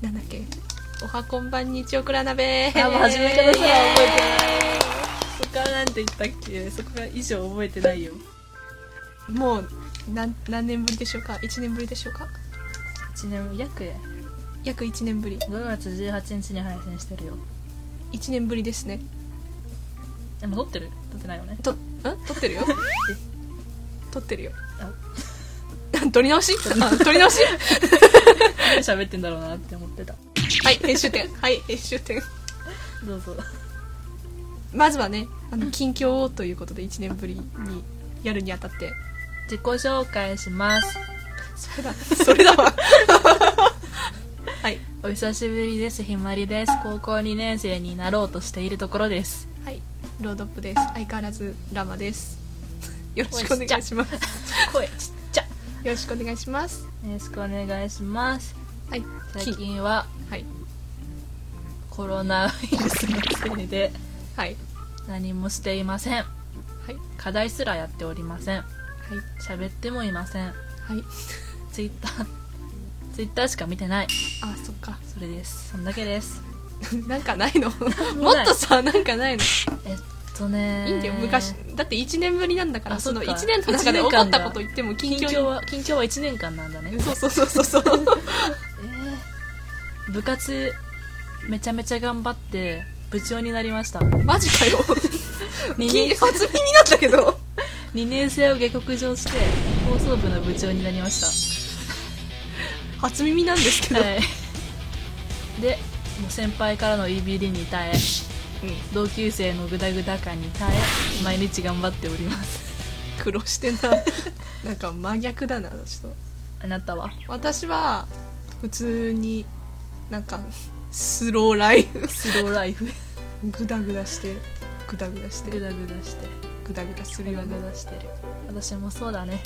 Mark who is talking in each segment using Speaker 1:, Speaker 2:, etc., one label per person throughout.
Speaker 1: なんだっけおはこんばんにちおくら鍋
Speaker 2: あもう始め方すら覚えてない
Speaker 1: そこはなんて言ったっけそこが以上覚えてないよもう何何年ぶりでしょうか1年ぶりでしょうか
Speaker 2: ちなみに約
Speaker 1: 約1年ぶり
Speaker 2: 5月18日に配信してるよ
Speaker 1: 1年ぶりですね
Speaker 2: でも撮ってる撮ってないよね
Speaker 1: とん撮ってる よ撮ってるよ
Speaker 2: あ
Speaker 1: 撮り直し あ撮り直し
Speaker 2: 何喋ってんだろうなって思ってた
Speaker 1: はい編集点はい編集点
Speaker 2: どうぞ
Speaker 1: まずはねあの近況をということで1年ぶりにやるにあたって
Speaker 2: 自己紹介します
Speaker 1: それだそれだわ はい
Speaker 2: お久しぶりですひまりです高校2年生になろうとしているところです
Speaker 1: はいロードップです相変わらずラマです よろしくお願いしますよ
Speaker 2: 声ちっちゃよ
Speaker 1: ろしくお願いします
Speaker 2: ろしくお願いします
Speaker 1: はい
Speaker 2: 最近は
Speaker 1: はい
Speaker 2: コロナウイルスのせいで
Speaker 1: はい
Speaker 2: 何もしていません
Speaker 1: はい
Speaker 2: 課題すらやっておりません
Speaker 1: はい
Speaker 2: 喋ってもいません
Speaker 1: はい
Speaker 2: ツイッターツイッターしか見てない
Speaker 1: あそっか
Speaker 2: それですそんだけです
Speaker 1: なんかないの
Speaker 2: も
Speaker 1: も
Speaker 2: ない
Speaker 1: っとさなんかないの
Speaker 2: えっとね
Speaker 1: いいんだよ昔だって1年ぶりなんだから
Speaker 2: あ
Speaker 1: その
Speaker 2: そっか
Speaker 1: 1年の中で
Speaker 2: 一
Speaker 1: 起
Speaker 2: 年
Speaker 1: こっ
Speaker 2: 間だ
Speaker 1: たこと言っても近
Speaker 2: 近
Speaker 1: 況
Speaker 2: 況は近況は1年間なんだね
Speaker 1: にそうそうそうそうそう
Speaker 2: えー部活めちゃめちゃ頑張って部長になりました
Speaker 1: マジかよ
Speaker 2: 二
Speaker 1: 金
Speaker 2: 年
Speaker 1: 初耳なんだけど
Speaker 2: 2年生を下克上して放送部の部長になりまし
Speaker 1: 初耳なんですけ
Speaker 2: た
Speaker 1: ど、
Speaker 2: はいでもう先輩からの EBD に耐え
Speaker 1: うん
Speaker 2: 同級生のグダグダ感に耐え毎日頑張っております
Speaker 1: 苦労してななんか真逆だなちょっと
Speaker 2: あなたは
Speaker 1: 私は普通になんかスローライフ
Speaker 2: スローライフ
Speaker 1: グダグダしてグダグダして
Speaker 2: グ
Speaker 1: グ
Speaker 2: ダグダして
Speaker 1: ダグダする
Speaker 2: グ
Speaker 1: よ
Speaker 2: ダ
Speaker 1: うな
Speaker 2: グダしてる私もそう だね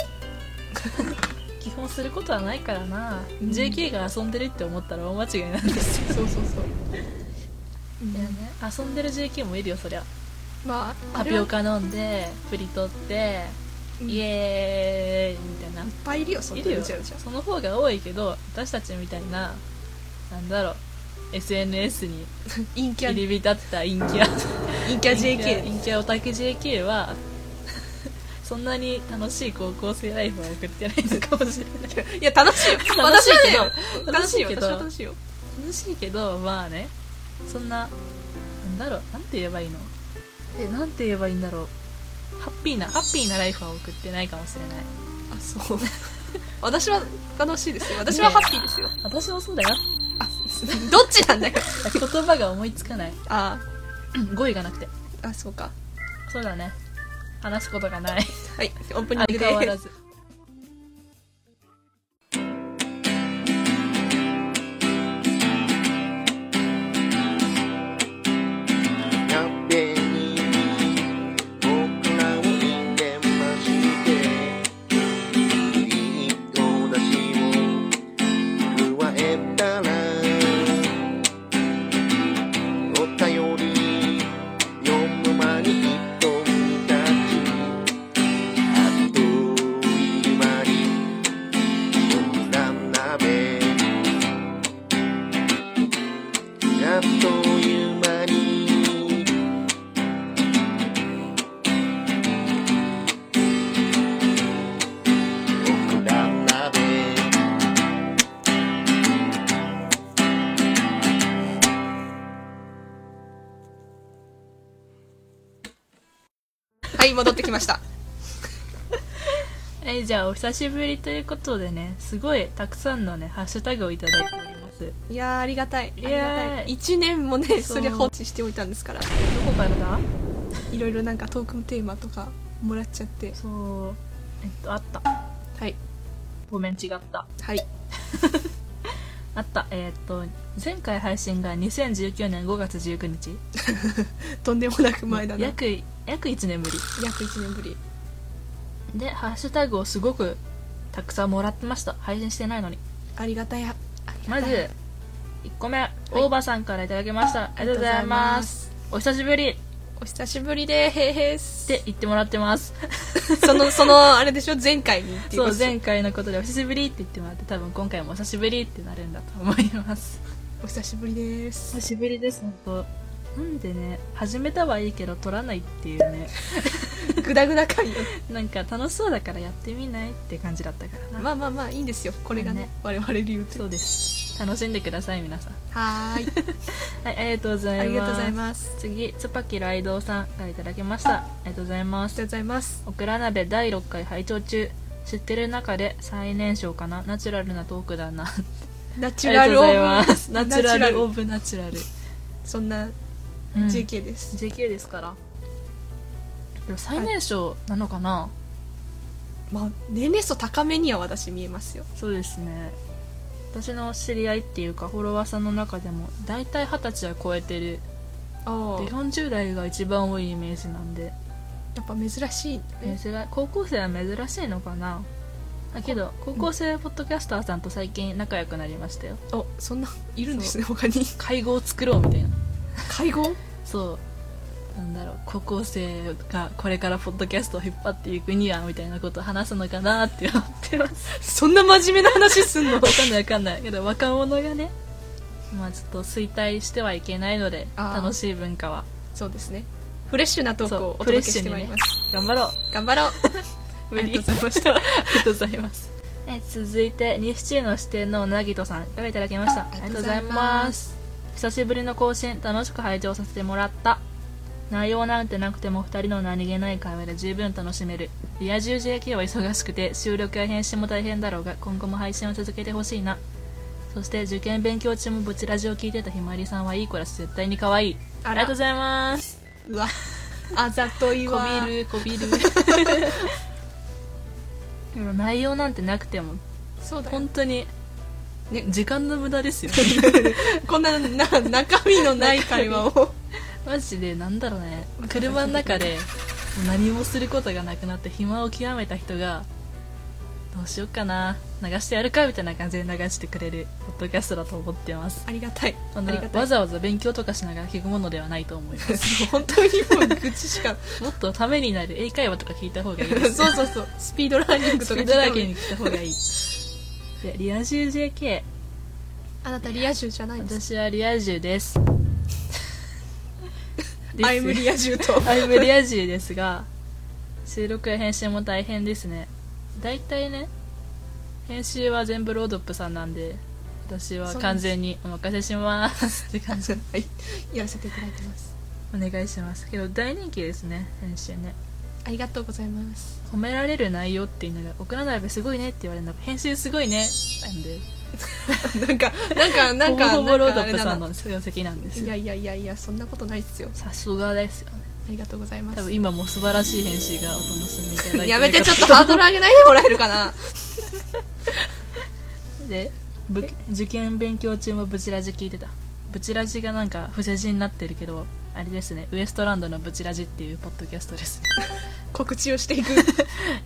Speaker 2: 基本することはないからな、
Speaker 1: うん
Speaker 2: JK が遊んでるって思ったら大間違いなんですよ、
Speaker 1: そうそうそう、うん
Speaker 2: いやね遊んでる JK もいるよそりゃ
Speaker 1: まあ
Speaker 2: タ
Speaker 1: あ
Speaker 2: ピ
Speaker 1: れ
Speaker 2: オ
Speaker 1: は
Speaker 2: カ飲んでプリ取って、
Speaker 1: うん
Speaker 2: イ
Speaker 1: いっ
Speaker 2: エーイみたいな
Speaker 1: ぱいいるよそん
Speaker 2: い
Speaker 1: な
Speaker 2: るよ
Speaker 1: うちらうちら
Speaker 2: その方が多いけど私たちみたいななんだろう SNS に
Speaker 1: 陰キャ
Speaker 2: 入り浸った陰キャ
Speaker 1: 陰キャ JK
Speaker 2: 陰キャオタク JK は そんなに楽しい高校生ライフは送ってないのかもしれ ない
Speaker 1: いや楽しいよ
Speaker 2: 楽しいけど
Speaker 1: 私はね楽しいよ
Speaker 2: 楽しい
Speaker 1: 私
Speaker 2: けど
Speaker 1: は楽しいよ
Speaker 2: 楽しいけどまあねそんななんだろうなんて言えばいいのえなんて言えばいいんだろうハッピーなハッピーなライフは送ってないかもしれない
Speaker 1: あそう 私は楽しいですよ私はハッピーですよ、
Speaker 2: 私もそうだよ
Speaker 1: あどっちなんだよ
Speaker 2: 言葉が思いつかない
Speaker 1: あ
Speaker 2: 語彙がなくて
Speaker 1: あそうか
Speaker 2: そうだね話すことが ない
Speaker 1: はいオープニングで
Speaker 2: 相変わ らず
Speaker 3: 鍋に僕らを入れましていいお出汁を加えたらお便り読む間に一とに立ちあっという間にこんな鍋あっという間に僕ら鍋
Speaker 1: はい戻ってきました
Speaker 2: えじゃあお久しぶりということでねすごいたくさんのねハッシュタグをいただいております
Speaker 1: いやーありがたいありがた
Speaker 2: イエー
Speaker 1: い1年もね
Speaker 2: そう
Speaker 1: それ放置しておいたんですから
Speaker 2: どこからだ
Speaker 1: いろいろなんかトークテーマとかもらっちゃって
Speaker 2: そうえっとあった
Speaker 1: はい
Speaker 2: ごめん違った
Speaker 1: はい
Speaker 2: あったえっと前回配信が2019年5月19日
Speaker 1: とんでもなく前だな約
Speaker 2: 約約1年ぶり
Speaker 1: 1年ぶり
Speaker 2: でハッシュタグをすごくたくさんもらってました配信してないのに
Speaker 1: ありがたいありが
Speaker 2: ま
Speaker 1: たい
Speaker 2: ず1個目、大場さんからいただきましたありがとうございますお久しぶりっ
Speaker 1: お久しぶりでへーへーす
Speaker 2: て言ってもらって ます
Speaker 1: そのそのあれでしょ前回にってい
Speaker 2: そうう前回のことでお久しぶりって言ってもらって多分今回もお久しぶりってなるんだと思います
Speaker 1: お久しぶりです
Speaker 2: 久しぶりです本当なんでね始めたはいいけど撮らないっていうね
Speaker 1: グダグダ感よ
Speaker 2: なんか楽しそうだからやってみないって感じだったからな、
Speaker 1: まあまあまあいいんですよこれがね
Speaker 2: ね
Speaker 1: 我々流と
Speaker 2: そうです楽しんでください皆さん
Speaker 1: はーい
Speaker 2: はいありがとうござ
Speaker 1: あ
Speaker 2: います
Speaker 1: りがとうございます
Speaker 2: 次ツパキライドウさんからいただきましたありがとうございま
Speaker 1: ありがと
Speaker 2: す
Speaker 1: うございます
Speaker 2: オクラ鍋第6回拝聴中知ってる中で最年少かなナチュラルなトークだな
Speaker 1: ナチュラルオ
Speaker 2: ありがとうございます
Speaker 1: ブ
Speaker 2: ナチュラルオ
Speaker 1: ブ
Speaker 2: ブナチュラル、
Speaker 1: そんな
Speaker 2: うん
Speaker 1: JK です、
Speaker 2: JK ですからでも最年少なのかな、
Speaker 1: まあ年齢層高めには私見えますよ
Speaker 2: そうですね私の知り合いっていうかフォロワーさんの中でも大体二十歳は超えてる
Speaker 1: ああ
Speaker 2: で40代が一番多いイメージなんで
Speaker 1: やっぱ珍しいね
Speaker 2: 珍高校生は珍しいのかなだけど高校生ポッドキャスターさんと最近仲良くなりましたよ
Speaker 1: おそんないるんですね他に
Speaker 2: 会合を作ろうみたいな
Speaker 1: 会合
Speaker 2: そうなんだろう高校生がこれからポッドキャストを引っ張っていくにはみたいなことを話すのかなって思ってます
Speaker 1: そんな真面目な話すんの
Speaker 2: わかんないわかんないけど若者がねまあちょっと衰退してはいけないので
Speaker 1: あー
Speaker 2: 楽しい文化は
Speaker 1: そうですねフレッシュなトークをお
Speaker 2: そう
Speaker 1: 届けしてまいります、
Speaker 2: 頑張ろ
Speaker 1: 頑張ろう
Speaker 2: う
Speaker 1: 無理
Speaker 2: ありがとうございましたありがとうござい ますえ続いて西中の支店のうなぎとさんからいただきましたあ
Speaker 1: あ
Speaker 2: り
Speaker 1: り
Speaker 2: が
Speaker 1: が
Speaker 2: と
Speaker 1: とうご
Speaker 2: うご
Speaker 1: ざ
Speaker 2: ざい
Speaker 1: い
Speaker 2: ま
Speaker 1: ます
Speaker 2: 久しぶりの更新楽しく拝聴させてもらった内容なんてなくても2人の何気ない会話で十分楽しめるリア充 JK は忙しくて収録や編集も大変だろうが今後も配信を続けてほしいなそして受験勉強中もブチラジを聞いてたひまわりさんはいい子だし絶対に可愛いあ
Speaker 1: あら
Speaker 2: りがとうございます
Speaker 1: うわあざとい
Speaker 2: こ
Speaker 1: わ
Speaker 2: びるこび るでも内容なんてなくても
Speaker 1: そうだよ
Speaker 2: 本当に
Speaker 1: ね
Speaker 2: 時間の無駄 ですよ
Speaker 1: こんなな中身のない会話 を
Speaker 2: マジでなんだろうね車の中でもう何もすることがなくなって暇を極めた人がどうしようかな流してやるかみたいな感じで流してくれるポッドキャストだと思ってます
Speaker 1: ありがたい
Speaker 2: そ
Speaker 1: あ
Speaker 2: ん
Speaker 1: り
Speaker 2: な
Speaker 1: がたい
Speaker 2: わざわざ勉強とかしながら聞くものではないと思います
Speaker 1: 本当にもう愚痴しか
Speaker 2: もっとためになる英会話とか聞いた方がいい
Speaker 1: そ
Speaker 2: で
Speaker 1: う
Speaker 2: す
Speaker 1: そうそうスピードラーニングとか
Speaker 2: スピードラーニング聞いた方がいいでリア充 JK
Speaker 1: あなたリア充じゃないんです
Speaker 2: 私はリア充です です
Speaker 1: アイムリア充と
Speaker 2: アイムリア充ですが収録や編集も大変ですね大体ね編集は全部ロードップさんなんで私は完全にお任せしますっ て感じ
Speaker 1: はいやらせていただいてます
Speaker 2: お願いしますけど大人気ですね編集ね
Speaker 1: ありがとうございます
Speaker 2: 褒められる内容っていうのが「送らないべすごいね」って言われるのが編集すごいねなんで
Speaker 1: なんかなんかなんか
Speaker 2: ほぼほぼロ
Speaker 1: な
Speaker 2: ー
Speaker 1: んかあれ
Speaker 2: ドップ
Speaker 1: だ
Speaker 2: さ
Speaker 1: なん
Speaker 2: の成績なんです
Speaker 1: いや
Speaker 2: よ
Speaker 1: いやいやいやそんなことないっすよ
Speaker 2: さすがですよね
Speaker 1: ありがとうございま
Speaker 2: 多
Speaker 1: す
Speaker 2: 分今も素晴らしい編集がお楽しみいただいてる
Speaker 1: やめてちょっとハードル上げないでもらえるか な
Speaker 2: でぶ受験勉強中もブチラジ聞いてたブチラジがなんか不正字になってるけどあれですねウエストランドのブチラジっていうポッドキャストです ね
Speaker 1: 告知をしていく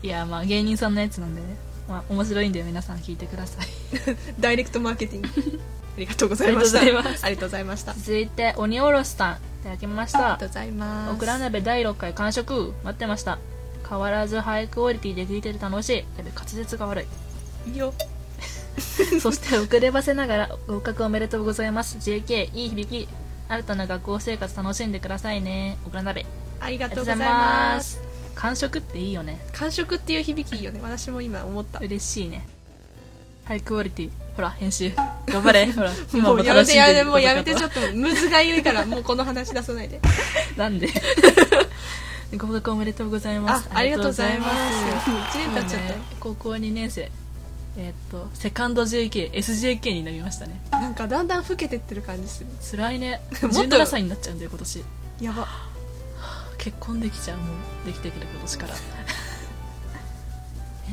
Speaker 2: いやまあ芸人さんのやつなんでねまあ面白いんで皆さん聞いてください
Speaker 1: ダイレクトマーケティングありがとうございました
Speaker 2: ありがとうございま
Speaker 1: ありがとうございましたあ
Speaker 2: 続いて鬼おろしさんいただきまし
Speaker 1: りが
Speaker 2: た
Speaker 1: とうございます
Speaker 2: オクラ鍋第6回完食待ってました変わらずハイクオリティで聞いてて楽しいやべ滑舌が悪い
Speaker 1: いいよ
Speaker 2: そして遅ればせながら合格おめでとうございます JK いい響き新たな学校生活楽しんでくださいねオクラ鍋
Speaker 1: あり
Speaker 2: あ
Speaker 1: が
Speaker 2: り
Speaker 1: とうご
Speaker 2: がと
Speaker 1: ざ
Speaker 2: う
Speaker 1: い
Speaker 2: ございま
Speaker 1: ます
Speaker 2: す完食っていいよね
Speaker 1: 完食っていう響きいいよね私も今思った
Speaker 2: 嬉しいねハイクオリティほら 編集頑張れほら今
Speaker 1: も
Speaker 2: も
Speaker 1: うやめ
Speaker 2: 楽してん
Speaker 1: やめ
Speaker 2: で
Speaker 1: て
Speaker 2: る
Speaker 1: もうやめて
Speaker 2: こと
Speaker 1: ちょ
Speaker 2: か
Speaker 1: っとむずがゆいからもうこの話出さないで
Speaker 2: とな んで合格おめでとうございま
Speaker 1: あ
Speaker 2: す
Speaker 1: ありがとうございます
Speaker 2: あ
Speaker 1: 1年経
Speaker 2: りがとうございま
Speaker 1: っ
Speaker 2: す
Speaker 1: ちゃっ
Speaker 2: もうね高校2年生えーっとセカンド JKSJK になりましたね
Speaker 1: たなんかだんだん老けてってる感じする
Speaker 2: 辛いね
Speaker 1: もっと
Speaker 2: 17歳になっちゃうんだよ今年
Speaker 1: やば
Speaker 2: 結婚できちゃうもうできてくる今年から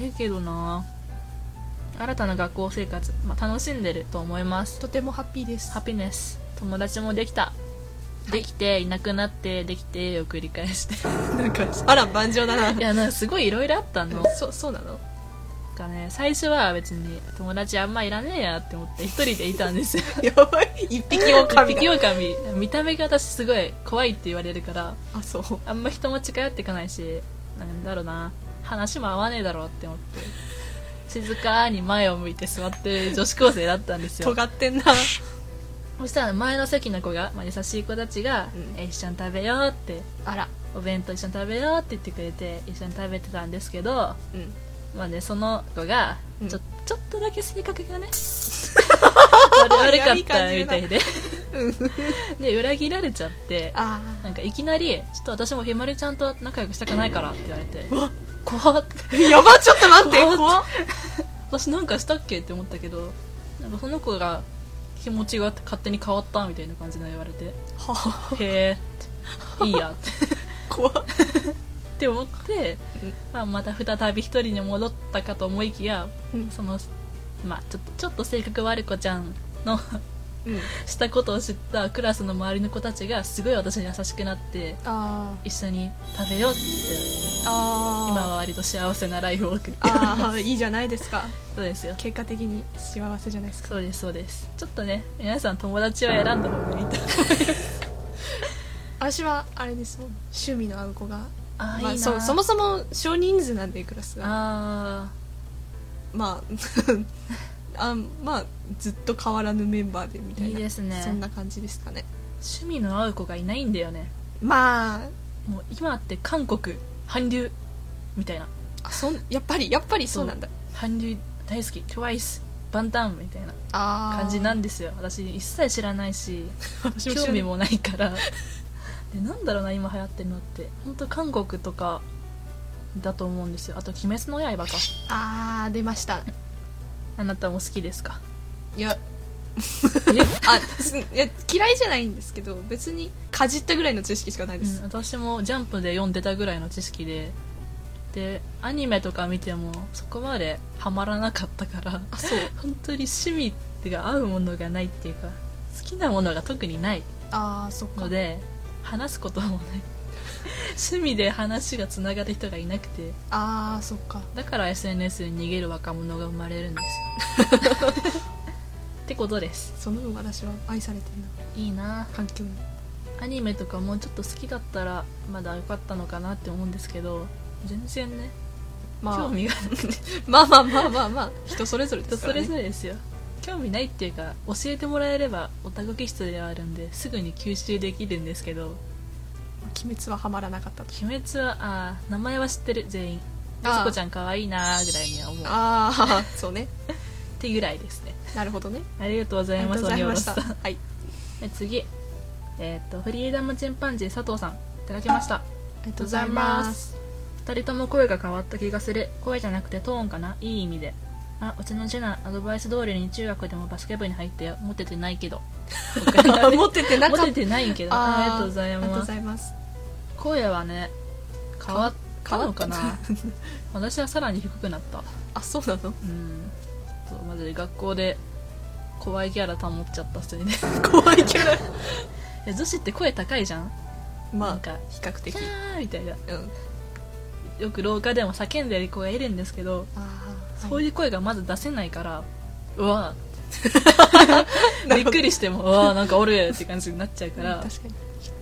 Speaker 2: ええけどな新たな学校生活、まあ、楽しんでると思います
Speaker 1: とてもハッピーです
Speaker 2: ハピネス友達もできたできていなくなってできてを繰り返して
Speaker 1: なんかあら万丈だ
Speaker 2: い
Speaker 1: な
Speaker 2: やなんかすごいいろいろあったの
Speaker 1: そそうなの
Speaker 2: かね最初は別に友達あんまいらねえやって思って一人でいたんですよ
Speaker 1: やばい一匹狼
Speaker 2: 一匹狼見た目が私すごい怖いって言われるから
Speaker 1: あそう
Speaker 2: あんま人も近寄ってかないしなんだろうな話も合わねえだろうって思って静かに前を向いて座ってる女子高生だったんですよ
Speaker 1: 尖ってんな
Speaker 2: そしたら前の席の子が、まあ、優しい子たちが
Speaker 1: う
Speaker 2: 「
Speaker 1: ん
Speaker 2: え一緒に食べよう」って
Speaker 1: あら
Speaker 2: 「お弁当一緒に食べよう」って言ってくれて一緒に食べてたんですけど
Speaker 1: うん
Speaker 2: まあねその子が
Speaker 1: うん
Speaker 2: ちょ,、ちょっとだけ性格 がね悪悪かったみたいで で裏切られちゃって
Speaker 1: あ
Speaker 2: なんかいきなり「ちょっと私もひまりちゃんと仲良くしたくないから」って言われて「
Speaker 1: わ
Speaker 2: 怖っ
Speaker 1: あやばちょっと待って
Speaker 2: 怖っ
Speaker 1: 怖っ
Speaker 2: 私なんかしたっけ?」って思ったけどなんかその子が気持ちが勝手に変わったみたいな感じで言われて
Speaker 1: は
Speaker 2: 「へえ」いいや」って
Speaker 1: 怖っ
Speaker 2: って思って
Speaker 1: うん、
Speaker 2: まあ、また再び一人に戻ったかと思いきや
Speaker 1: うん
Speaker 2: その、まあ、ちょっとちょっと性格悪い子ちゃんの
Speaker 1: うん
Speaker 2: したことを知ったクラスの周りの子たちがすごい私に優しくなって
Speaker 1: あ
Speaker 2: 一緒に食べようって言って
Speaker 1: ーあー
Speaker 2: 今は割と幸せなライフを送って
Speaker 1: ああいいじゃないですか
Speaker 2: そうですよ
Speaker 1: 結果的に幸せじゃないですか
Speaker 2: そうですそうですちょっとね皆さん友達を選んだ方 がいいと
Speaker 1: 私はあれですもん趣味の合う子が
Speaker 2: ああいい
Speaker 1: ま
Speaker 2: な、
Speaker 1: あ、そうそもそも少人数なんでクラスが
Speaker 2: あ
Speaker 1: まあ あまあずっと変わらぬメンバーでみたいない
Speaker 2: いですね
Speaker 1: そんな感じですかね
Speaker 2: ー趣味の合う子がいないんだよね
Speaker 1: まあ
Speaker 2: もう今って韓国韓流みたいな
Speaker 1: あそんやっぱりやっぱりそうなんだ
Speaker 2: 韓流大好き TWICE バンタンみたいな
Speaker 1: あー
Speaker 2: 感じなんですよ私一切知らないし
Speaker 1: 私も知ら
Speaker 2: 興
Speaker 1: ない
Speaker 2: 味もないからでなんだろうな今流行ってるのって本当韓国とかだと思うんですよあと「鬼滅の刃」か
Speaker 1: あー出ました
Speaker 2: あなたも好きで すか
Speaker 1: いや
Speaker 2: え
Speaker 1: あす いや嫌いじゃないんですけど別にかじったぐらいの知識しかないで
Speaker 2: うん
Speaker 1: す、
Speaker 2: 私も「ジャンプ」で読んでたぐらいの知識ででアニメとか見てもそこまでハマらなかったから
Speaker 1: あそう
Speaker 2: 本当に趣味ってが合うものがないっていうか好きなものが特にない
Speaker 1: ああそっか
Speaker 2: ので話すこともない 趣味で話がつながる人がいなくて
Speaker 1: ああそっか
Speaker 2: だから SNS に逃げる若者が生まれるんです よってことです
Speaker 1: その分私は愛されてるない
Speaker 2: いな
Speaker 1: 環境に
Speaker 2: アニメとかもうちょっと好きだったらまだ良かったのかなって思うんですけど全然ね
Speaker 1: まあ
Speaker 2: 興味がなくて
Speaker 1: まあまあまあまあまあ人それぞれで
Speaker 2: 人
Speaker 1: す
Speaker 2: そ
Speaker 1: から、ね、
Speaker 2: れぞれですよ興味ないっていうか教えてもらえればオタク気質ではあるんですぐに吸収できるんですけど
Speaker 1: 鬼滅はハマらなかったと
Speaker 2: 鬼滅はあー名前は知ってる全員
Speaker 1: あー
Speaker 2: あそこちゃん可愛いなーぐらいには思うっ
Speaker 1: ああそうね
Speaker 2: てぐらいですね
Speaker 1: なるほどね
Speaker 2: ありがとうございます
Speaker 1: ありがとうございま
Speaker 2: 鬼
Speaker 1: した
Speaker 2: 滅さん
Speaker 1: はい
Speaker 2: で次えっ、とフリーダムチンパンジー佐藤さんいただきました
Speaker 1: ありが
Speaker 2: とうございます2人とも声が変わった気がする声じゃなくてトーンかないい意味であうちの次男アドバイス通りに中学でもバスケ部に入ってよモテてないけど
Speaker 1: 持っててな
Speaker 2: モ
Speaker 1: かっ
Speaker 2: テてないけど
Speaker 1: た
Speaker 2: ありがとうござい
Speaker 1: ありがとう
Speaker 2: ま
Speaker 1: ご
Speaker 2: す
Speaker 1: ざいます
Speaker 2: 声はね変わったのかな
Speaker 1: 変わ
Speaker 2: 私はさらに低くなった
Speaker 1: あそうなの
Speaker 2: うんそうマジで学校で怖いキャラ保っちゃったせいでい
Speaker 1: 怖いけど
Speaker 2: や女子って声高いじゃん
Speaker 1: ま
Speaker 2: な
Speaker 1: あ
Speaker 2: んか
Speaker 1: 比較
Speaker 2: キ
Speaker 1: 的
Speaker 2: ャーみたいな
Speaker 1: うん
Speaker 2: よく廊下でも叫んでる子がいるんですけど、
Speaker 1: ああ
Speaker 2: そういう声がまず出せないからうわー
Speaker 1: な
Speaker 2: び
Speaker 1: る
Speaker 2: っ
Speaker 1: ほど
Speaker 2: くりしてもうわーなんかおるって感じになっちゃうか
Speaker 1: から 確かに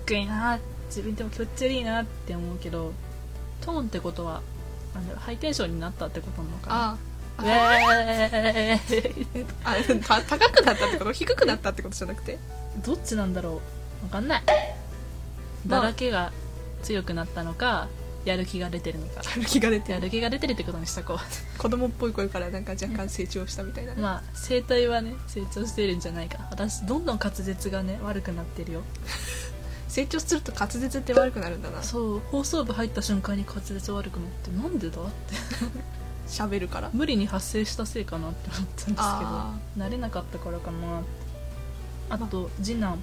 Speaker 2: 低いなー自分でも気持ち悪いなーって思うけどトーンってことはなんだろうハイテンションになったってことなのかな
Speaker 1: あ
Speaker 2: ウェー イ
Speaker 1: ああ た高くなったってこと低くなったってことじゃなくて
Speaker 2: どっちなんだろうわかんない
Speaker 1: まあ
Speaker 2: だらけが強くなったのかやる気が出てるのか
Speaker 1: やる気が出て
Speaker 2: やる気が出てるってことにしとこ
Speaker 1: 子供っぽい声からなんか若干成長したみたいな、
Speaker 2: う まあ声帯はね成長してるんじゃないか私どんどん滑舌がね悪くなってるよ
Speaker 1: 成長すると滑舌って悪くなるんだな
Speaker 2: そう放送部入った瞬間に滑舌悪くなってなんでだって
Speaker 1: 喋るから
Speaker 2: 無理に発生したせいかなって思ったん
Speaker 1: あ
Speaker 2: ですけど慣れなかったからかなあと次男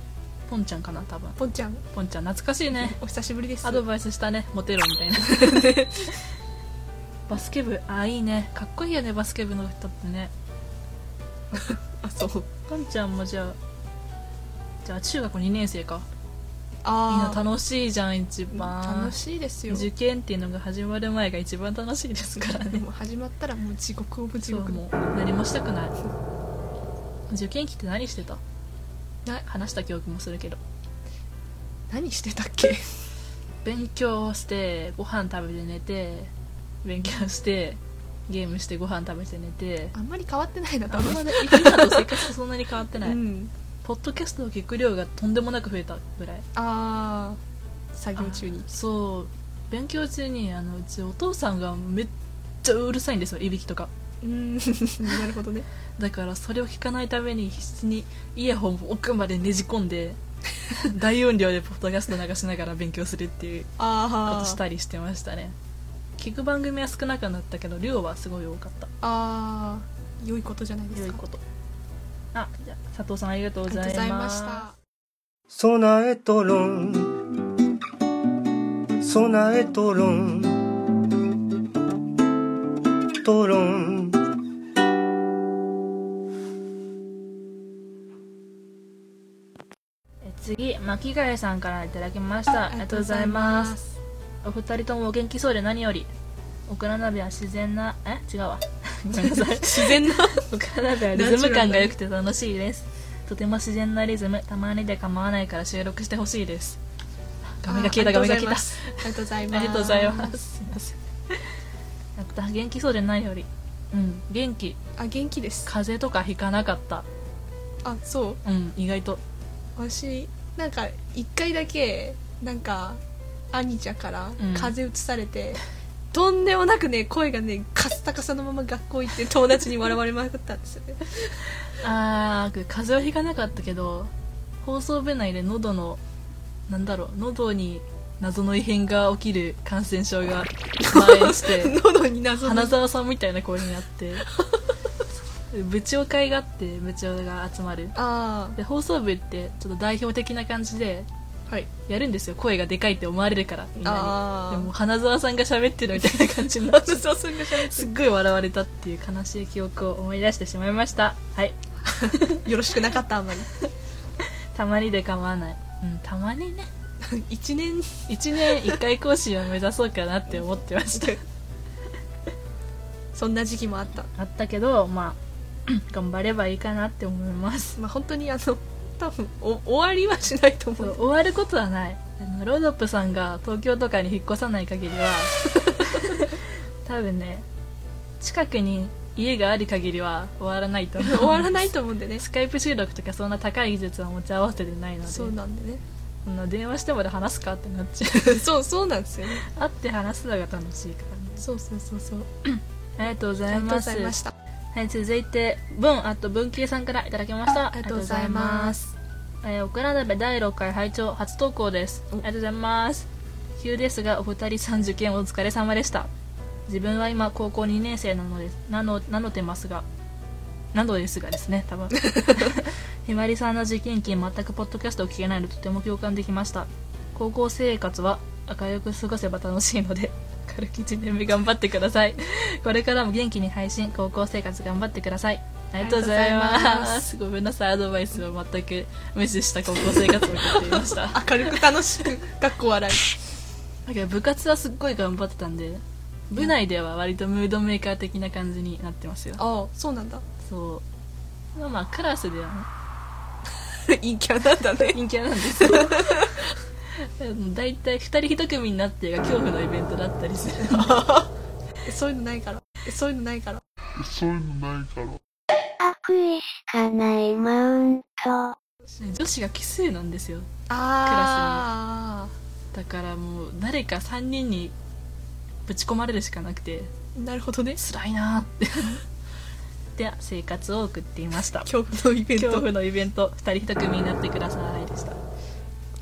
Speaker 2: ポンちゃんかな多分
Speaker 1: ぽんちゃん
Speaker 2: ポンちゃん懐かしいね
Speaker 1: お久しぶりです
Speaker 2: アドバイスしたねモテろみたいな バスケ部あーいいねかっこいいよねバスケ部の人ってね
Speaker 1: あそう
Speaker 2: かんちゃんもじゃあじゃあ中学2年生かいい
Speaker 1: あ
Speaker 2: な
Speaker 1: あ
Speaker 2: 楽しいじゃん一番
Speaker 1: 楽しいですよ
Speaker 2: 受験っていうのが始まる前が一番楽しいですから
Speaker 1: で
Speaker 2: ね
Speaker 1: も始まったらもう地獄オブ地
Speaker 2: そう
Speaker 1: 獄
Speaker 2: もう何もしたくない受験期って何してた
Speaker 1: な
Speaker 2: 話した記憶もするけど
Speaker 1: 何してたっけ
Speaker 2: 勉強してご飯食べて寝て勉強してゲームしてご飯食べて寝て
Speaker 1: あんまり変わってないな
Speaker 2: あ
Speaker 1: 多
Speaker 2: ん
Speaker 1: 分
Speaker 2: まり今と生活とそんなに変わってない、
Speaker 1: うん
Speaker 2: ポッドキャストを聞く量がとんでもなく増えたぐらい
Speaker 1: あー作業中に
Speaker 2: あそう勉強中にあのうちお父さんがめっちゃうるさいんですよいびきとか
Speaker 1: うんなるほどね
Speaker 2: だからそれを聞かないために必死にイヤホンを奥までねじ込んで大音量でポッドキャスト流しながら勉強するっていうこ
Speaker 1: あ
Speaker 2: と
Speaker 1: ー
Speaker 2: したりしてましたね聞く番組は少なくなったけど量はすごい多かった
Speaker 1: あー良いことじゃないですか
Speaker 2: 良いことあじゃあ佐藤さんありがとう
Speaker 1: あ
Speaker 2: ご
Speaker 1: りが
Speaker 2: ざ
Speaker 1: とうござ
Speaker 2: い
Speaker 1: い
Speaker 2: ま
Speaker 1: ますした
Speaker 4: 備えとろん備えとろんとろん
Speaker 2: え次巻貝さんからいただきましたありがとうございます
Speaker 1: す
Speaker 2: お二人ともお元気そうで何よりオクラ鍋は自然なえ違う わごめんなさい
Speaker 1: 自然 な
Speaker 2: オクラ鍋はリズム感が良くて楽しいですとても自然なリズムたまにで構わないから収録してほしいです画面が消えた画面が消えた
Speaker 1: ありがとうございます
Speaker 2: ありがとうございます。すいません。やった元気そうでないより。うん、元気。
Speaker 1: あ元気です
Speaker 2: 風邪とかひかなかった。
Speaker 1: あそう
Speaker 2: うん、意外と。
Speaker 1: 私なんか一回だけなんか兄ちゃんから
Speaker 2: うん
Speaker 1: 風邪うつされて、とんでもなくね声がねカッサカサのまま学校行って友達に笑われまくったんですよね
Speaker 2: あー、風邪はひかなかったけど、放送部内で喉の、なんだろう、喉に謎の異変が起きる感染症が蔓延し て、
Speaker 1: 喉に謎の
Speaker 2: 花沢さんみたいな声になって、 部長会があって、部長が集まる。
Speaker 1: あ
Speaker 2: で、放送部ってちょっと代表的な感じで、
Speaker 1: あはい
Speaker 2: やるんですよ声がでかいって思われるからみんな
Speaker 1: あ
Speaker 2: に
Speaker 1: ー
Speaker 2: でも花澤さんが喋ってるみたいな感じになって
Speaker 1: そうすんが喋
Speaker 2: すっごい笑われたっていう悲しい記憶を思い出してしまいましたはい
Speaker 1: って よろしくなかったあんまり
Speaker 2: たまにで構わないうんたまにね
Speaker 1: 一年
Speaker 2: 1年1回講師を目指そうかなって思ってました
Speaker 1: そんな時期もあった
Speaker 2: あ ったけどまあ頑張ればいいかなって思います
Speaker 1: まあ本当にあの多分お終わりはしないと
Speaker 2: そ
Speaker 1: 思
Speaker 2: う
Speaker 1: う
Speaker 2: 終わることはないあのロードップさんが東京とかに引っ越さない限 りは多分ね近くに家がある限りは終わらないと思う
Speaker 1: 終わらないと思うんでね
Speaker 2: スカイプ収録とかそんな高い技術は持ち合わせてないので
Speaker 1: そうなん でね
Speaker 2: そんな電話してまで話すかってなっ ちゃ
Speaker 1: そうそうなんですよね
Speaker 2: う会って話すのが楽しいからね
Speaker 1: そうそうそうそう
Speaker 2: ありがとう
Speaker 1: あ
Speaker 2: ござ
Speaker 1: りがとう
Speaker 2: い
Speaker 1: ご
Speaker 2: ま
Speaker 1: ざ
Speaker 2: す
Speaker 1: いました
Speaker 2: はい続いて文あと文系さんからいただきました
Speaker 1: ありがとうございます
Speaker 2: えー、オクラ鍋第6回拝聴初投稿ですあ
Speaker 1: お
Speaker 2: りがとうございます急ですがお二人さん受験お疲れ様でした自分は今高校2年生なのですなのなのでますがなのですがですね 多分ひまりさんの受験期全くポッドキャストを聞けないのでとても共感できました高校生活は明るく過ごせば楽しいので 軽き1年目頑張ってくださいこれからも元気に配信高校生活頑張ってくださいありがとうござい
Speaker 1: ありがとうござい
Speaker 2: ま
Speaker 1: ますす
Speaker 2: ごめんなさいアドバイスを全く無視した高校生活を送っていましただか
Speaker 1: 明るく楽しく学校 笑い
Speaker 2: ら部活はすっごい頑張ってたんで部内では割とムードメーカー的な感じになってますよ
Speaker 1: ああそう なんだ
Speaker 2: そうまあまあクラスではね
Speaker 1: 陰キャなんだね
Speaker 2: 陰キャなんですよ大体2人1組になってが恐怖のイベントだったりする
Speaker 1: そういうのないからそういうのないから
Speaker 5: 悪意しかないマウント。
Speaker 2: 女子が奇数なんですよ
Speaker 1: あ
Speaker 2: だからもう誰か3人にぶち込まれるしかなくて
Speaker 1: あなるほどね
Speaker 2: 辛いなーってで生活を送っていました
Speaker 1: 恐怖のイベン
Speaker 2: 恐
Speaker 1: ト
Speaker 2: 怖のイベント2人1組になってくださいでした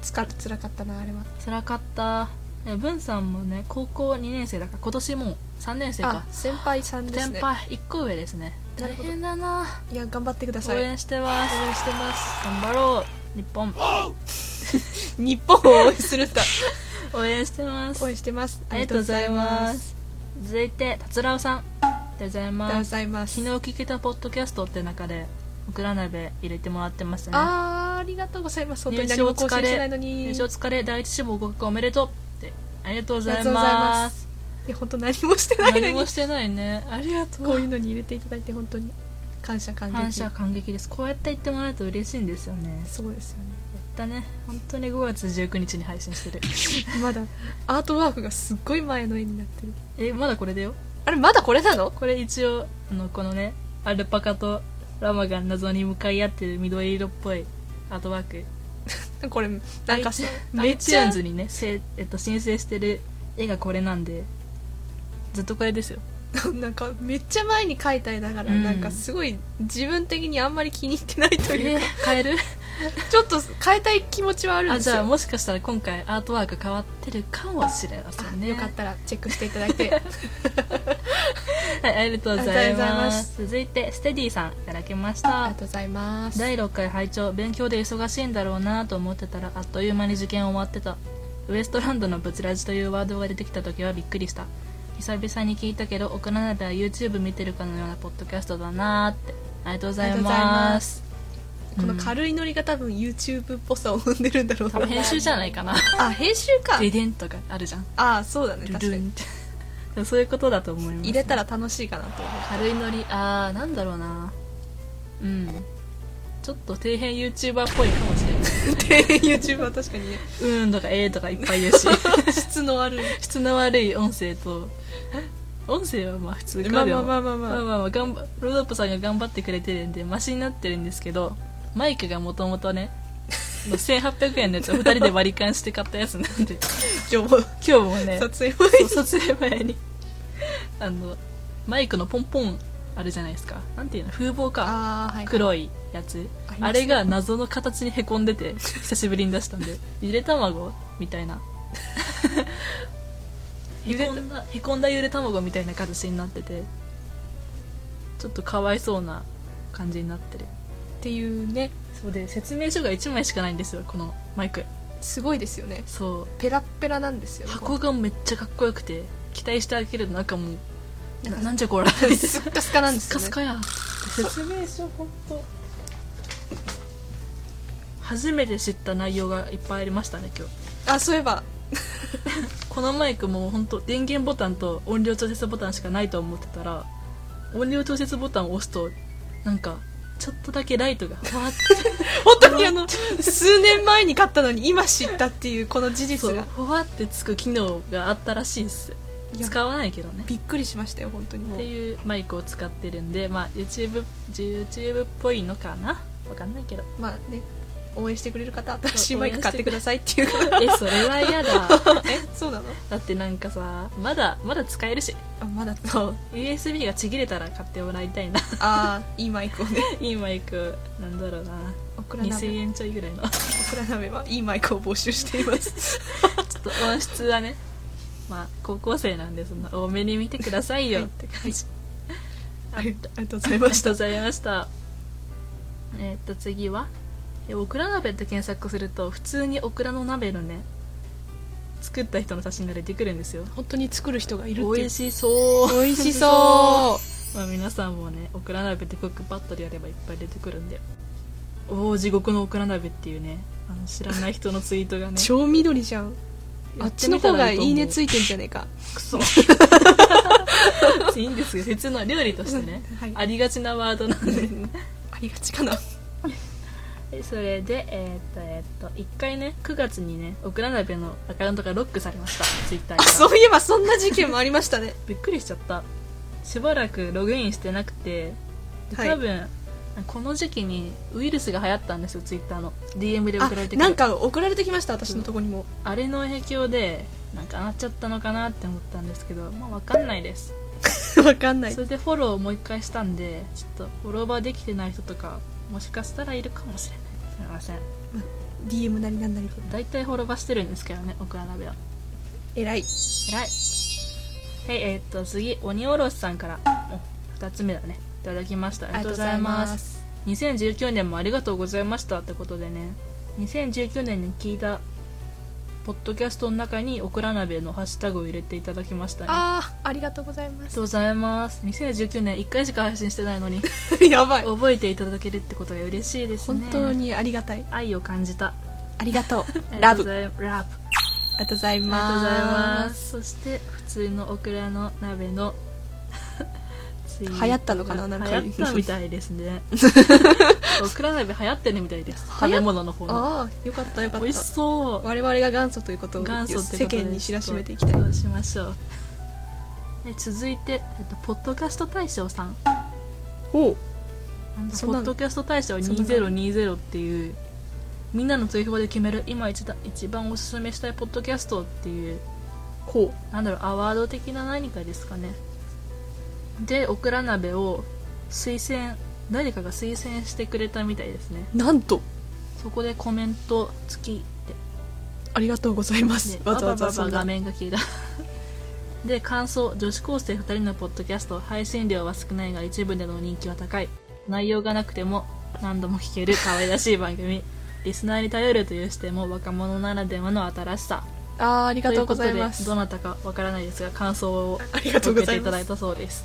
Speaker 1: つか辛かったなあれは
Speaker 2: 辛かったえ文さんもね高校2年生だから今年もう3年生
Speaker 1: あ
Speaker 2: か
Speaker 1: 先輩さんです
Speaker 2: 先
Speaker 1: ね
Speaker 2: 輩1個上ですね
Speaker 1: な
Speaker 2: 大
Speaker 1: るほど
Speaker 2: 変だない
Speaker 1: や頑張ってくだ
Speaker 2: 応
Speaker 1: さい応援
Speaker 2: 援してます
Speaker 1: してます
Speaker 2: 頑張ろう日本
Speaker 1: 日本を応援する んだ
Speaker 2: 応援してます
Speaker 1: 応援してます
Speaker 2: ありがとうございます続いて達郎さんありがとうござい
Speaker 1: ありがとう
Speaker 2: ま
Speaker 1: ご
Speaker 2: す
Speaker 1: ざいます
Speaker 2: 昨日聞けたポッドキャストって中でオクラ鍋入れてもらってましたね
Speaker 1: あーありがとうございます本当に何も更新してないのに
Speaker 2: 優勝お疲れ第一志望合格おめでとうってありがとうござい
Speaker 1: ありがとうござい
Speaker 2: ま
Speaker 1: ますすいや本当何もしてないの
Speaker 2: 何
Speaker 1: に
Speaker 2: もしてないねありがと
Speaker 1: こういううのに入れていただいて本当に感謝感激
Speaker 2: 感謝感激ですこうやって言ってもらうと嬉しいんですよねやっ
Speaker 1: そうですよね
Speaker 2: たね本当に5月19日に配信してる
Speaker 1: まだアートワークがすっごい前の絵になってる
Speaker 2: えまだこれだよ
Speaker 1: あれまだこれなの
Speaker 2: これ一応あのこのねアルパカとラマが謎に向かい合ってる緑色っぽいアートワーク
Speaker 1: これなん かさ
Speaker 2: i
Speaker 1: めっ
Speaker 2: t
Speaker 1: ち
Speaker 2: u
Speaker 1: ゃ
Speaker 2: n s にねせ、えっと、申請してる絵がこれなんでずっとこれですよ
Speaker 1: なんかめっちゃ前に描いた絵だから、
Speaker 2: うん
Speaker 1: なんかすごい自分的にあんまり気に入ってないという
Speaker 2: え
Speaker 1: か、
Speaker 2: 変える
Speaker 1: ちょっと変えたい気持ちはあるん
Speaker 2: あ
Speaker 1: です
Speaker 2: じ
Speaker 1: よ
Speaker 2: ゃあもしかしたら今回アートワーク変わってるかもしれません
Speaker 1: あ
Speaker 2: ね
Speaker 1: よかったらチェックしていただいて
Speaker 2: はい、ありがとうござ
Speaker 1: あ
Speaker 2: い
Speaker 1: りがとうござい
Speaker 2: ま
Speaker 1: ますす
Speaker 2: 続いてステディさんいただきまし
Speaker 1: あり
Speaker 2: た
Speaker 1: がとうございます
Speaker 2: 第6回拝聴勉強で忙しいんだろうなと思ってたらあっという間に受験終わってたウエストランドのブチラジというワードが出てきた時はびっくりした久々に聞いたけど奥なでは YouTube 見てるかのようなポッドキャストだなーってありがとうございます
Speaker 1: この軽いノリが多分 YouTube っぽさを生んでるんだろう
Speaker 2: 多
Speaker 1: な
Speaker 2: 分編集じゃない かな
Speaker 1: あ編集か
Speaker 2: デデンとかあるじゃん
Speaker 1: ああそうだね
Speaker 2: ル
Speaker 1: 確か
Speaker 2: ルン
Speaker 1: に
Speaker 2: ってでもそういうことだと思います
Speaker 1: 入れたら楽しいかなと思う
Speaker 2: 軽いノリあーなんだろうなうんちょっと底辺 YouTuber っぽいかもしれない
Speaker 1: YouTube は確か にね
Speaker 2: うーんとかえーとかいっぱい 言うし
Speaker 1: 質の悪い
Speaker 2: 質の悪い音声と音声はまあ普通か
Speaker 1: まあ
Speaker 2: で
Speaker 1: ま
Speaker 2: も
Speaker 1: あまあまあまあ
Speaker 2: まあまあまあ頑張ロードップさんが頑張ってくれてるんでマシになってるんですけどマイクがもとも とね1800円のやつを2人で割り勘して買ったやつなんで
Speaker 1: 今日も
Speaker 2: 今日も ね
Speaker 1: 撮影前
Speaker 2: そう
Speaker 1: に
Speaker 2: 卒業前にあのマイクのポンポンあるじゃないですかなんていうの風貌か
Speaker 1: ああはい
Speaker 2: 黒いやつ
Speaker 1: ありますね
Speaker 2: あれが謎の形にへこんでて久しぶりに出したんでゆで卵みたいな ゆでへこんだへこんだゆで卵みたいな形になっててちょっとかわいそうな感じになってる
Speaker 1: っていうね
Speaker 2: そうで説明書が1枚しかないんですよこのマイク
Speaker 1: すごいですよね
Speaker 2: そう
Speaker 1: ペラッペラなんですよね
Speaker 2: 箱がめっちゃかっこよくて期待してあげるのなんかもうななんじゃこら
Speaker 1: スッカスカなんです
Speaker 2: カ
Speaker 1: よ
Speaker 2: ス
Speaker 1: ね
Speaker 2: カや説明書本当初めて知った内容がいっぱいありましたね今日
Speaker 1: あそういえば
Speaker 2: このマイクも本当電源ボタンと音量調節ボタンしかないと思ってたら音量調節ボタンを押すとなんかちょっとだけライトがふわって
Speaker 1: 本当にあの数年前に買ったのに今知ったっていうこの事
Speaker 2: そ
Speaker 1: 実
Speaker 2: う
Speaker 1: が
Speaker 2: ふわってつく機能があったらしいです
Speaker 1: いや
Speaker 2: 使わないけどね
Speaker 1: びっくりしましたよ本当にも
Speaker 2: っ
Speaker 1: う
Speaker 2: ていうマイクを使ってるんで、まあ、YouTube, YouTube っぽいのかなわかんないけど
Speaker 1: まあね応援してくれる方新しいマイク買ってくださいっていう
Speaker 2: えそれは嫌だ
Speaker 1: えそうなの
Speaker 2: だってなんかさまだまだ使えるし
Speaker 1: あまだ
Speaker 2: そう USB がちぎれたら買ってもらいたいな
Speaker 1: あーいいマイクをね
Speaker 2: いいマイクなんだろうな
Speaker 1: オクラ
Speaker 2: 2000
Speaker 1: 鍋
Speaker 2: 円ちょいぐらいの ちょっ
Speaker 1: オクラ鍋はいいマイクを募集しています
Speaker 2: と音質はねまあ高校生なんでそんな多めに見てくださいよって感じ、
Speaker 1: はいありがとうござい
Speaker 2: あり
Speaker 1: ま
Speaker 2: が
Speaker 1: し
Speaker 2: とう
Speaker 1: た
Speaker 2: ございましたえーっと次はえオクラ鍋って検索すると普通にオクラの鍋のね作った人の写真が出てくるんですよ
Speaker 1: 本当に作る人がいるってい
Speaker 2: 美
Speaker 1: う
Speaker 2: 味しそう
Speaker 1: 美味しそう
Speaker 2: まあ皆さんもねオクラ鍋でクックパッドでやればいっぱい出てくるんでおお地獄のオクラ鍋っていうねあの知らない人のツイートが
Speaker 1: う
Speaker 2: ね
Speaker 1: 超緑じゃんあっちの方がいいねつ
Speaker 2: い
Speaker 1: いてんじゃねえか
Speaker 2: くそいいんですよ普通の料理としてね、
Speaker 1: はい
Speaker 2: ありがちなワー ドなんで
Speaker 1: ありがちかな
Speaker 2: でそれでえーっとえーっと1回ね9月にねオクラ鍋のアカウントがロックされましたツイッター
Speaker 1: あ
Speaker 2: が
Speaker 1: そういえばそんな事件もありました ね
Speaker 2: びっくりしちゃったしばらくログインしてなくてで
Speaker 1: はい
Speaker 2: 多分、この時期にウイルスが流行ったんですよツイッターの DM で
Speaker 1: あ
Speaker 2: 送られてくる
Speaker 1: なんか送られてきました私のとこにも
Speaker 2: あれの影響でなんかなっちゃったのかなって思ったんですけどまあ分かんないです、
Speaker 1: わかんない
Speaker 2: それでフォローをもう一回したんでちょっとフォロワーできてない人とかもしかしたらいるかもしれないすいません
Speaker 1: DM なりなんなり
Speaker 2: 大体フォロワーしてるんですけどねオクラ鍋は
Speaker 1: えらい
Speaker 2: 偉いはいえーっと次鬼おろしさんから2つ目だねいただきましたありがとうございます
Speaker 1: す
Speaker 2: 2019年もありがとうございましたってことでね2019年に聞いたポッドキャストの中にオクラ鍋のハッシュタグを入れていただきましたねあ
Speaker 1: あーありがとうございま
Speaker 2: りが
Speaker 1: す
Speaker 2: とうございます2019年1回しか配信してないのに
Speaker 1: やばい
Speaker 2: 覚えていただけるってことが嬉しいですね
Speaker 1: 本当にありがたい
Speaker 2: 愛を感じた
Speaker 1: ありがとうラブあり
Speaker 2: ありがとうございラブ
Speaker 1: がとうござい
Speaker 2: ありがとうございま
Speaker 1: ます
Speaker 2: すそして普通のオクラの鍋のツイート が
Speaker 1: 流行ったのかななんか
Speaker 2: 流行ったみたいです ねオクラ鍋流行ってるみたいです
Speaker 1: 流行
Speaker 2: 食べ物の方の
Speaker 1: ああよかったよかっ
Speaker 2: 美味したそう
Speaker 1: 我々が元祖ということを
Speaker 2: 元祖って
Speaker 1: 世
Speaker 2: ことで
Speaker 1: 間に知らしめていきたい
Speaker 2: そうしましょうで続いて、えっと、ポッドキャスト大賞さん
Speaker 1: おう
Speaker 2: なんだ
Speaker 1: そ
Speaker 2: ポ
Speaker 1: んな
Speaker 2: ッ
Speaker 1: の
Speaker 2: ドキャスト大賞
Speaker 1: そんなの
Speaker 2: 2020っていうみんなの投票で決める今一だ一番おすすめしたいポッドキャストっていう
Speaker 1: ほ
Speaker 2: なんだろうアワード的な何かですかねでオクラ鍋を推薦誰かが推薦してくれたみたいですね
Speaker 1: うなんと
Speaker 2: そこでコメント付きって
Speaker 1: ありがとうございます、
Speaker 2: ね
Speaker 1: わざわざ
Speaker 2: ババ
Speaker 1: そ
Speaker 2: バ
Speaker 1: ん
Speaker 2: バ画
Speaker 1: な
Speaker 2: 面が消えた で感想女子高生2人のポッドキャスト配信量は少ないが一部での人気は高い内容がなくても何度も聞ける可愛らしい番組 リスナーに頼るという視点も若者ならではの新しさ
Speaker 1: あーありがとうございます
Speaker 2: ということでどなたかわからないですが感想を
Speaker 1: ありがとうござ
Speaker 2: て
Speaker 1: い
Speaker 2: いた
Speaker 1: ま
Speaker 2: だい
Speaker 1: す
Speaker 2: たそうです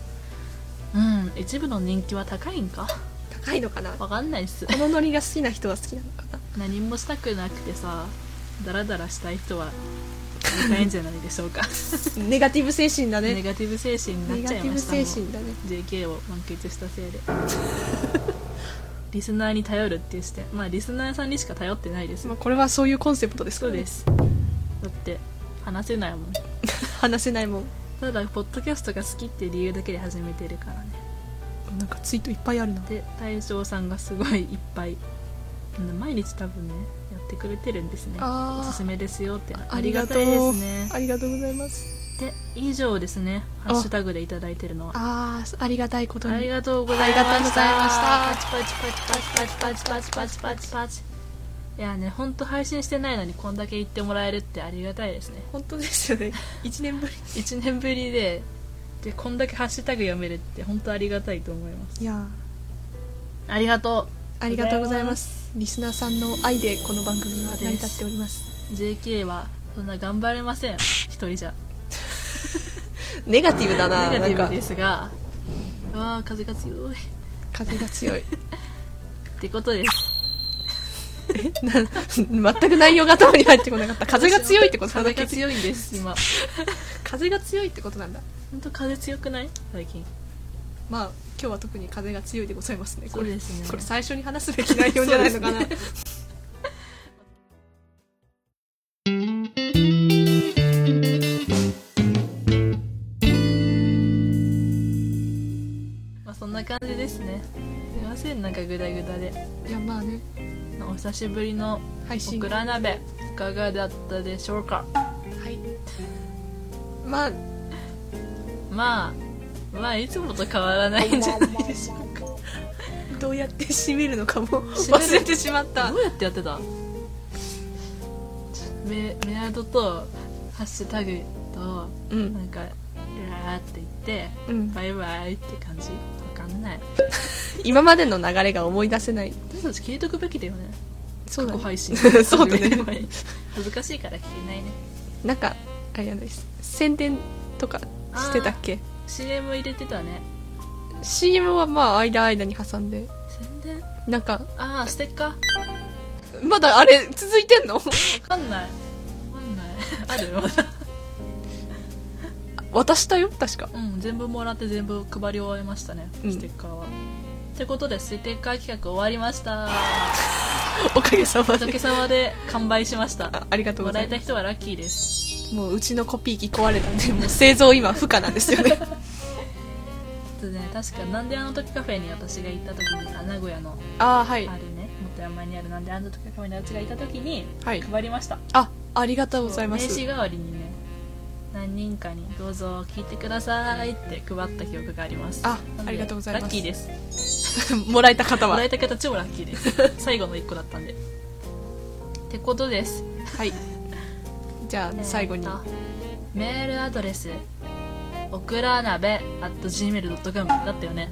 Speaker 2: うん一部の人気は高いんか
Speaker 1: 高いのかなこ
Speaker 2: わかんないっす
Speaker 1: のノリが好きな人は好きなのかな
Speaker 2: 何もしたくなくてさダラダラしたい人は高いんじゃないでしょうか
Speaker 1: ネガティブ精神だ
Speaker 2: ネ
Speaker 1: ね
Speaker 2: ガティブ精神にな
Speaker 1: ネ
Speaker 2: っ
Speaker 1: ガ
Speaker 2: ち
Speaker 1: テ
Speaker 2: ゃい
Speaker 1: ィ
Speaker 2: ま
Speaker 1: ブ
Speaker 2: した
Speaker 1: 精神だね
Speaker 2: もう JK を満喫したせ いでリスナーに頼るっていう視点まあリスナーさんにしか頼ってないです
Speaker 1: まあ、これはそういうコンセプトですか
Speaker 2: そう
Speaker 1: らね
Speaker 2: ですだって話せないもん
Speaker 1: 話せないもん
Speaker 2: ただポッドキャストが好きっていう理由だけで始めてるからね
Speaker 1: なんかツイートいっぱいあるな
Speaker 2: で大将さんがすごいいっぱいうん毎日多分ねやってくれてるんですね
Speaker 1: あ
Speaker 2: お
Speaker 1: ー
Speaker 2: すすめですよって
Speaker 1: ありがとう
Speaker 2: ありたいです
Speaker 1: あ
Speaker 2: ね
Speaker 1: りがとうございます
Speaker 2: で以上ですねハ
Speaker 1: あ
Speaker 2: ッシュタグでいただいてるのは
Speaker 1: あーありがたいこと
Speaker 2: あり
Speaker 1: に
Speaker 2: がとうございました。
Speaker 1: ありがとうございました
Speaker 2: パチパチパチパチパチパチパチパチパチパチ。いやね、本当配信してないのにこんだけ言ってもらえるってありがたいですね。
Speaker 1: 本当ですよね1年ぶり
Speaker 2: 1年ぶりで、で、こんだけハッシュタグ読めるって本当ありがたいと思います。
Speaker 1: いや
Speaker 2: ありがと
Speaker 1: ーありがとうございますリスナーさんの愛でこの番組は成り立っております
Speaker 2: う。JK はそんな頑張れません。一人じゃ。
Speaker 1: ネガティブだ
Speaker 2: ネガティ
Speaker 1: な
Speaker 2: ブ
Speaker 1: ん
Speaker 2: で
Speaker 1: か
Speaker 2: すが、うわあ風が強い。っ
Speaker 1: 風が強い
Speaker 2: てことです。
Speaker 1: な全く内容が頭に入ってこなかった風が強いってこと
Speaker 2: 風が
Speaker 1: い
Speaker 2: 強いんです、今。
Speaker 1: 風が強いってことなんだ
Speaker 2: 本当風強くない最近。
Speaker 1: まあ今日は特に風が強いでございますねこ
Speaker 2: そう
Speaker 1: れ
Speaker 2: ですね
Speaker 1: これ最初に話すべき内容じゃないのかな、
Speaker 2: そうまあそんな感じですね。すいません、なんかグダグダで。
Speaker 1: いやまあね
Speaker 2: お久しぶりの
Speaker 1: 配
Speaker 2: オ
Speaker 1: 信
Speaker 2: ク
Speaker 1: は
Speaker 2: ラ鍋いかがだったでしょうか
Speaker 1: いまあ
Speaker 2: まあまあいつもと変わらないんじゃないでしょう
Speaker 1: どうやって締めるのかも
Speaker 2: める
Speaker 1: 忘れてしまっ
Speaker 2: か
Speaker 1: た
Speaker 2: どうやってやってたメメアドとハッシュタグと
Speaker 1: う
Speaker 2: なんんか「ラー」って言って
Speaker 1: う
Speaker 2: 「
Speaker 1: ん
Speaker 2: バイバイ」って感じわかんない
Speaker 1: 今までの流れが思い出せない
Speaker 2: 私たち聞いとくべきだよね
Speaker 1: そう
Speaker 2: 過
Speaker 1: だ
Speaker 2: 去
Speaker 1: ね
Speaker 2: 配信
Speaker 1: そうだね
Speaker 2: 始める前に 恥ずかしいから聞けないね
Speaker 1: なんかあれやない宣伝とかしてたっけ
Speaker 2: CM 入れてたね
Speaker 1: CM はまあ間間に挟んで
Speaker 2: 宣伝
Speaker 1: なんか
Speaker 2: ああステッカーわ
Speaker 1: まだあれ続いて んの
Speaker 2: かんないわかん ないあ るまだ
Speaker 1: 渡したよ確か
Speaker 2: うん全部もらって全部配り終えましたね、
Speaker 1: うん
Speaker 2: ステッカーはってことでステッカー企画終わり ました
Speaker 1: おかげさま
Speaker 2: おか
Speaker 1: で
Speaker 2: げさまで完売しました
Speaker 1: あありがとう
Speaker 2: も
Speaker 1: ござ
Speaker 2: ら
Speaker 1: い
Speaker 2: えた
Speaker 1: ま
Speaker 2: 人はラッキーです
Speaker 1: すもううちのコピー機壊れた んでもう製造今不可なんですよね
Speaker 2: でね確かなんであの時カフェに私が行った時にさ名古屋の
Speaker 1: ああはい
Speaker 2: あるね元山にあるなんであの時カフェに私がいた時に
Speaker 1: はい
Speaker 2: 配りました
Speaker 1: あありがとうございま
Speaker 2: 名
Speaker 1: す
Speaker 2: 刺代わりにね何人かに「どうぞ聞いてください」って配った記憶があります
Speaker 1: あ
Speaker 2: なので
Speaker 1: ありがとうございます
Speaker 2: ラッキーです
Speaker 1: もらえた方
Speaker 2: も
Speaker 1: は
Speaker 2: らえた方超ラッキーです 最後の1個だったんでってことです
Speaker 1: はいじゃあ最後に
Speaker 2: えーっとメールアドレスオクラ鍋 gmail.com だったよね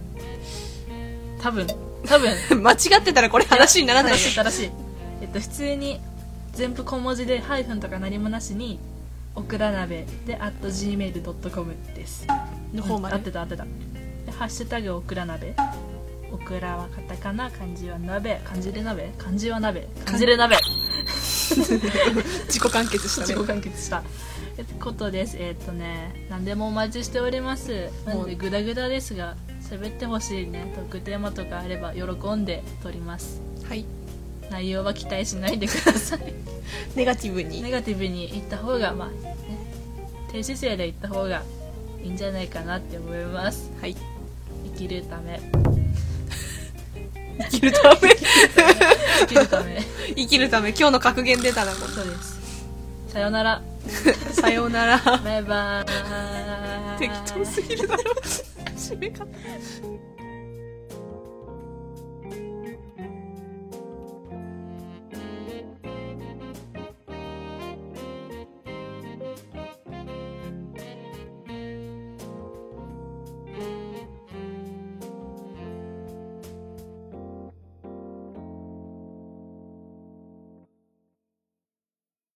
Speaker 2: 多分多分
Speaker 1: 間違ってたらこれ話にならないよ
Speaker 2: 正しい正しいえっと普通に全部小文字でハイフンとか何もなしにオクラ鍋で gmail.com です
Speaker 1: の方ま
Speaker 2: うん合って
Speaker 1: で
Speaker 2: た合ってたでハッシュタグオクラ鍋オクラはカタカナ漢字は鍋漢字で鍋漢字は鍋漢字で鍋
Speaker 1: 自己完結し
Speaker 2: 自
Speaker 1: たね
Speaker 2: 己完結したってことですえーっ、とね何でもお待ちしておりますなのでグダグダですが喋ってほしいねトークテーマとかあれば喜んで撮ります
Speaker 1: はい
Speaker 2: 内容は期待しないでください
Speaker 1: ネガティブに
Speaker 2: ネガティブに言った方がまあね低姿勢で言った方がいいんじゃないかなって思います
Speaker 1: はい
Speaker 2: 生きるため
Speaker 1: 生きるため
Speaker 2: 生きるため
Speaker 1: 生きるため今日の格言出たなも
Speaker 2: そうですさよなら
Speaker 1: うさようなら
Speaker 2: バイバー イ
Speaker 1: 適当すぎるだろ締め方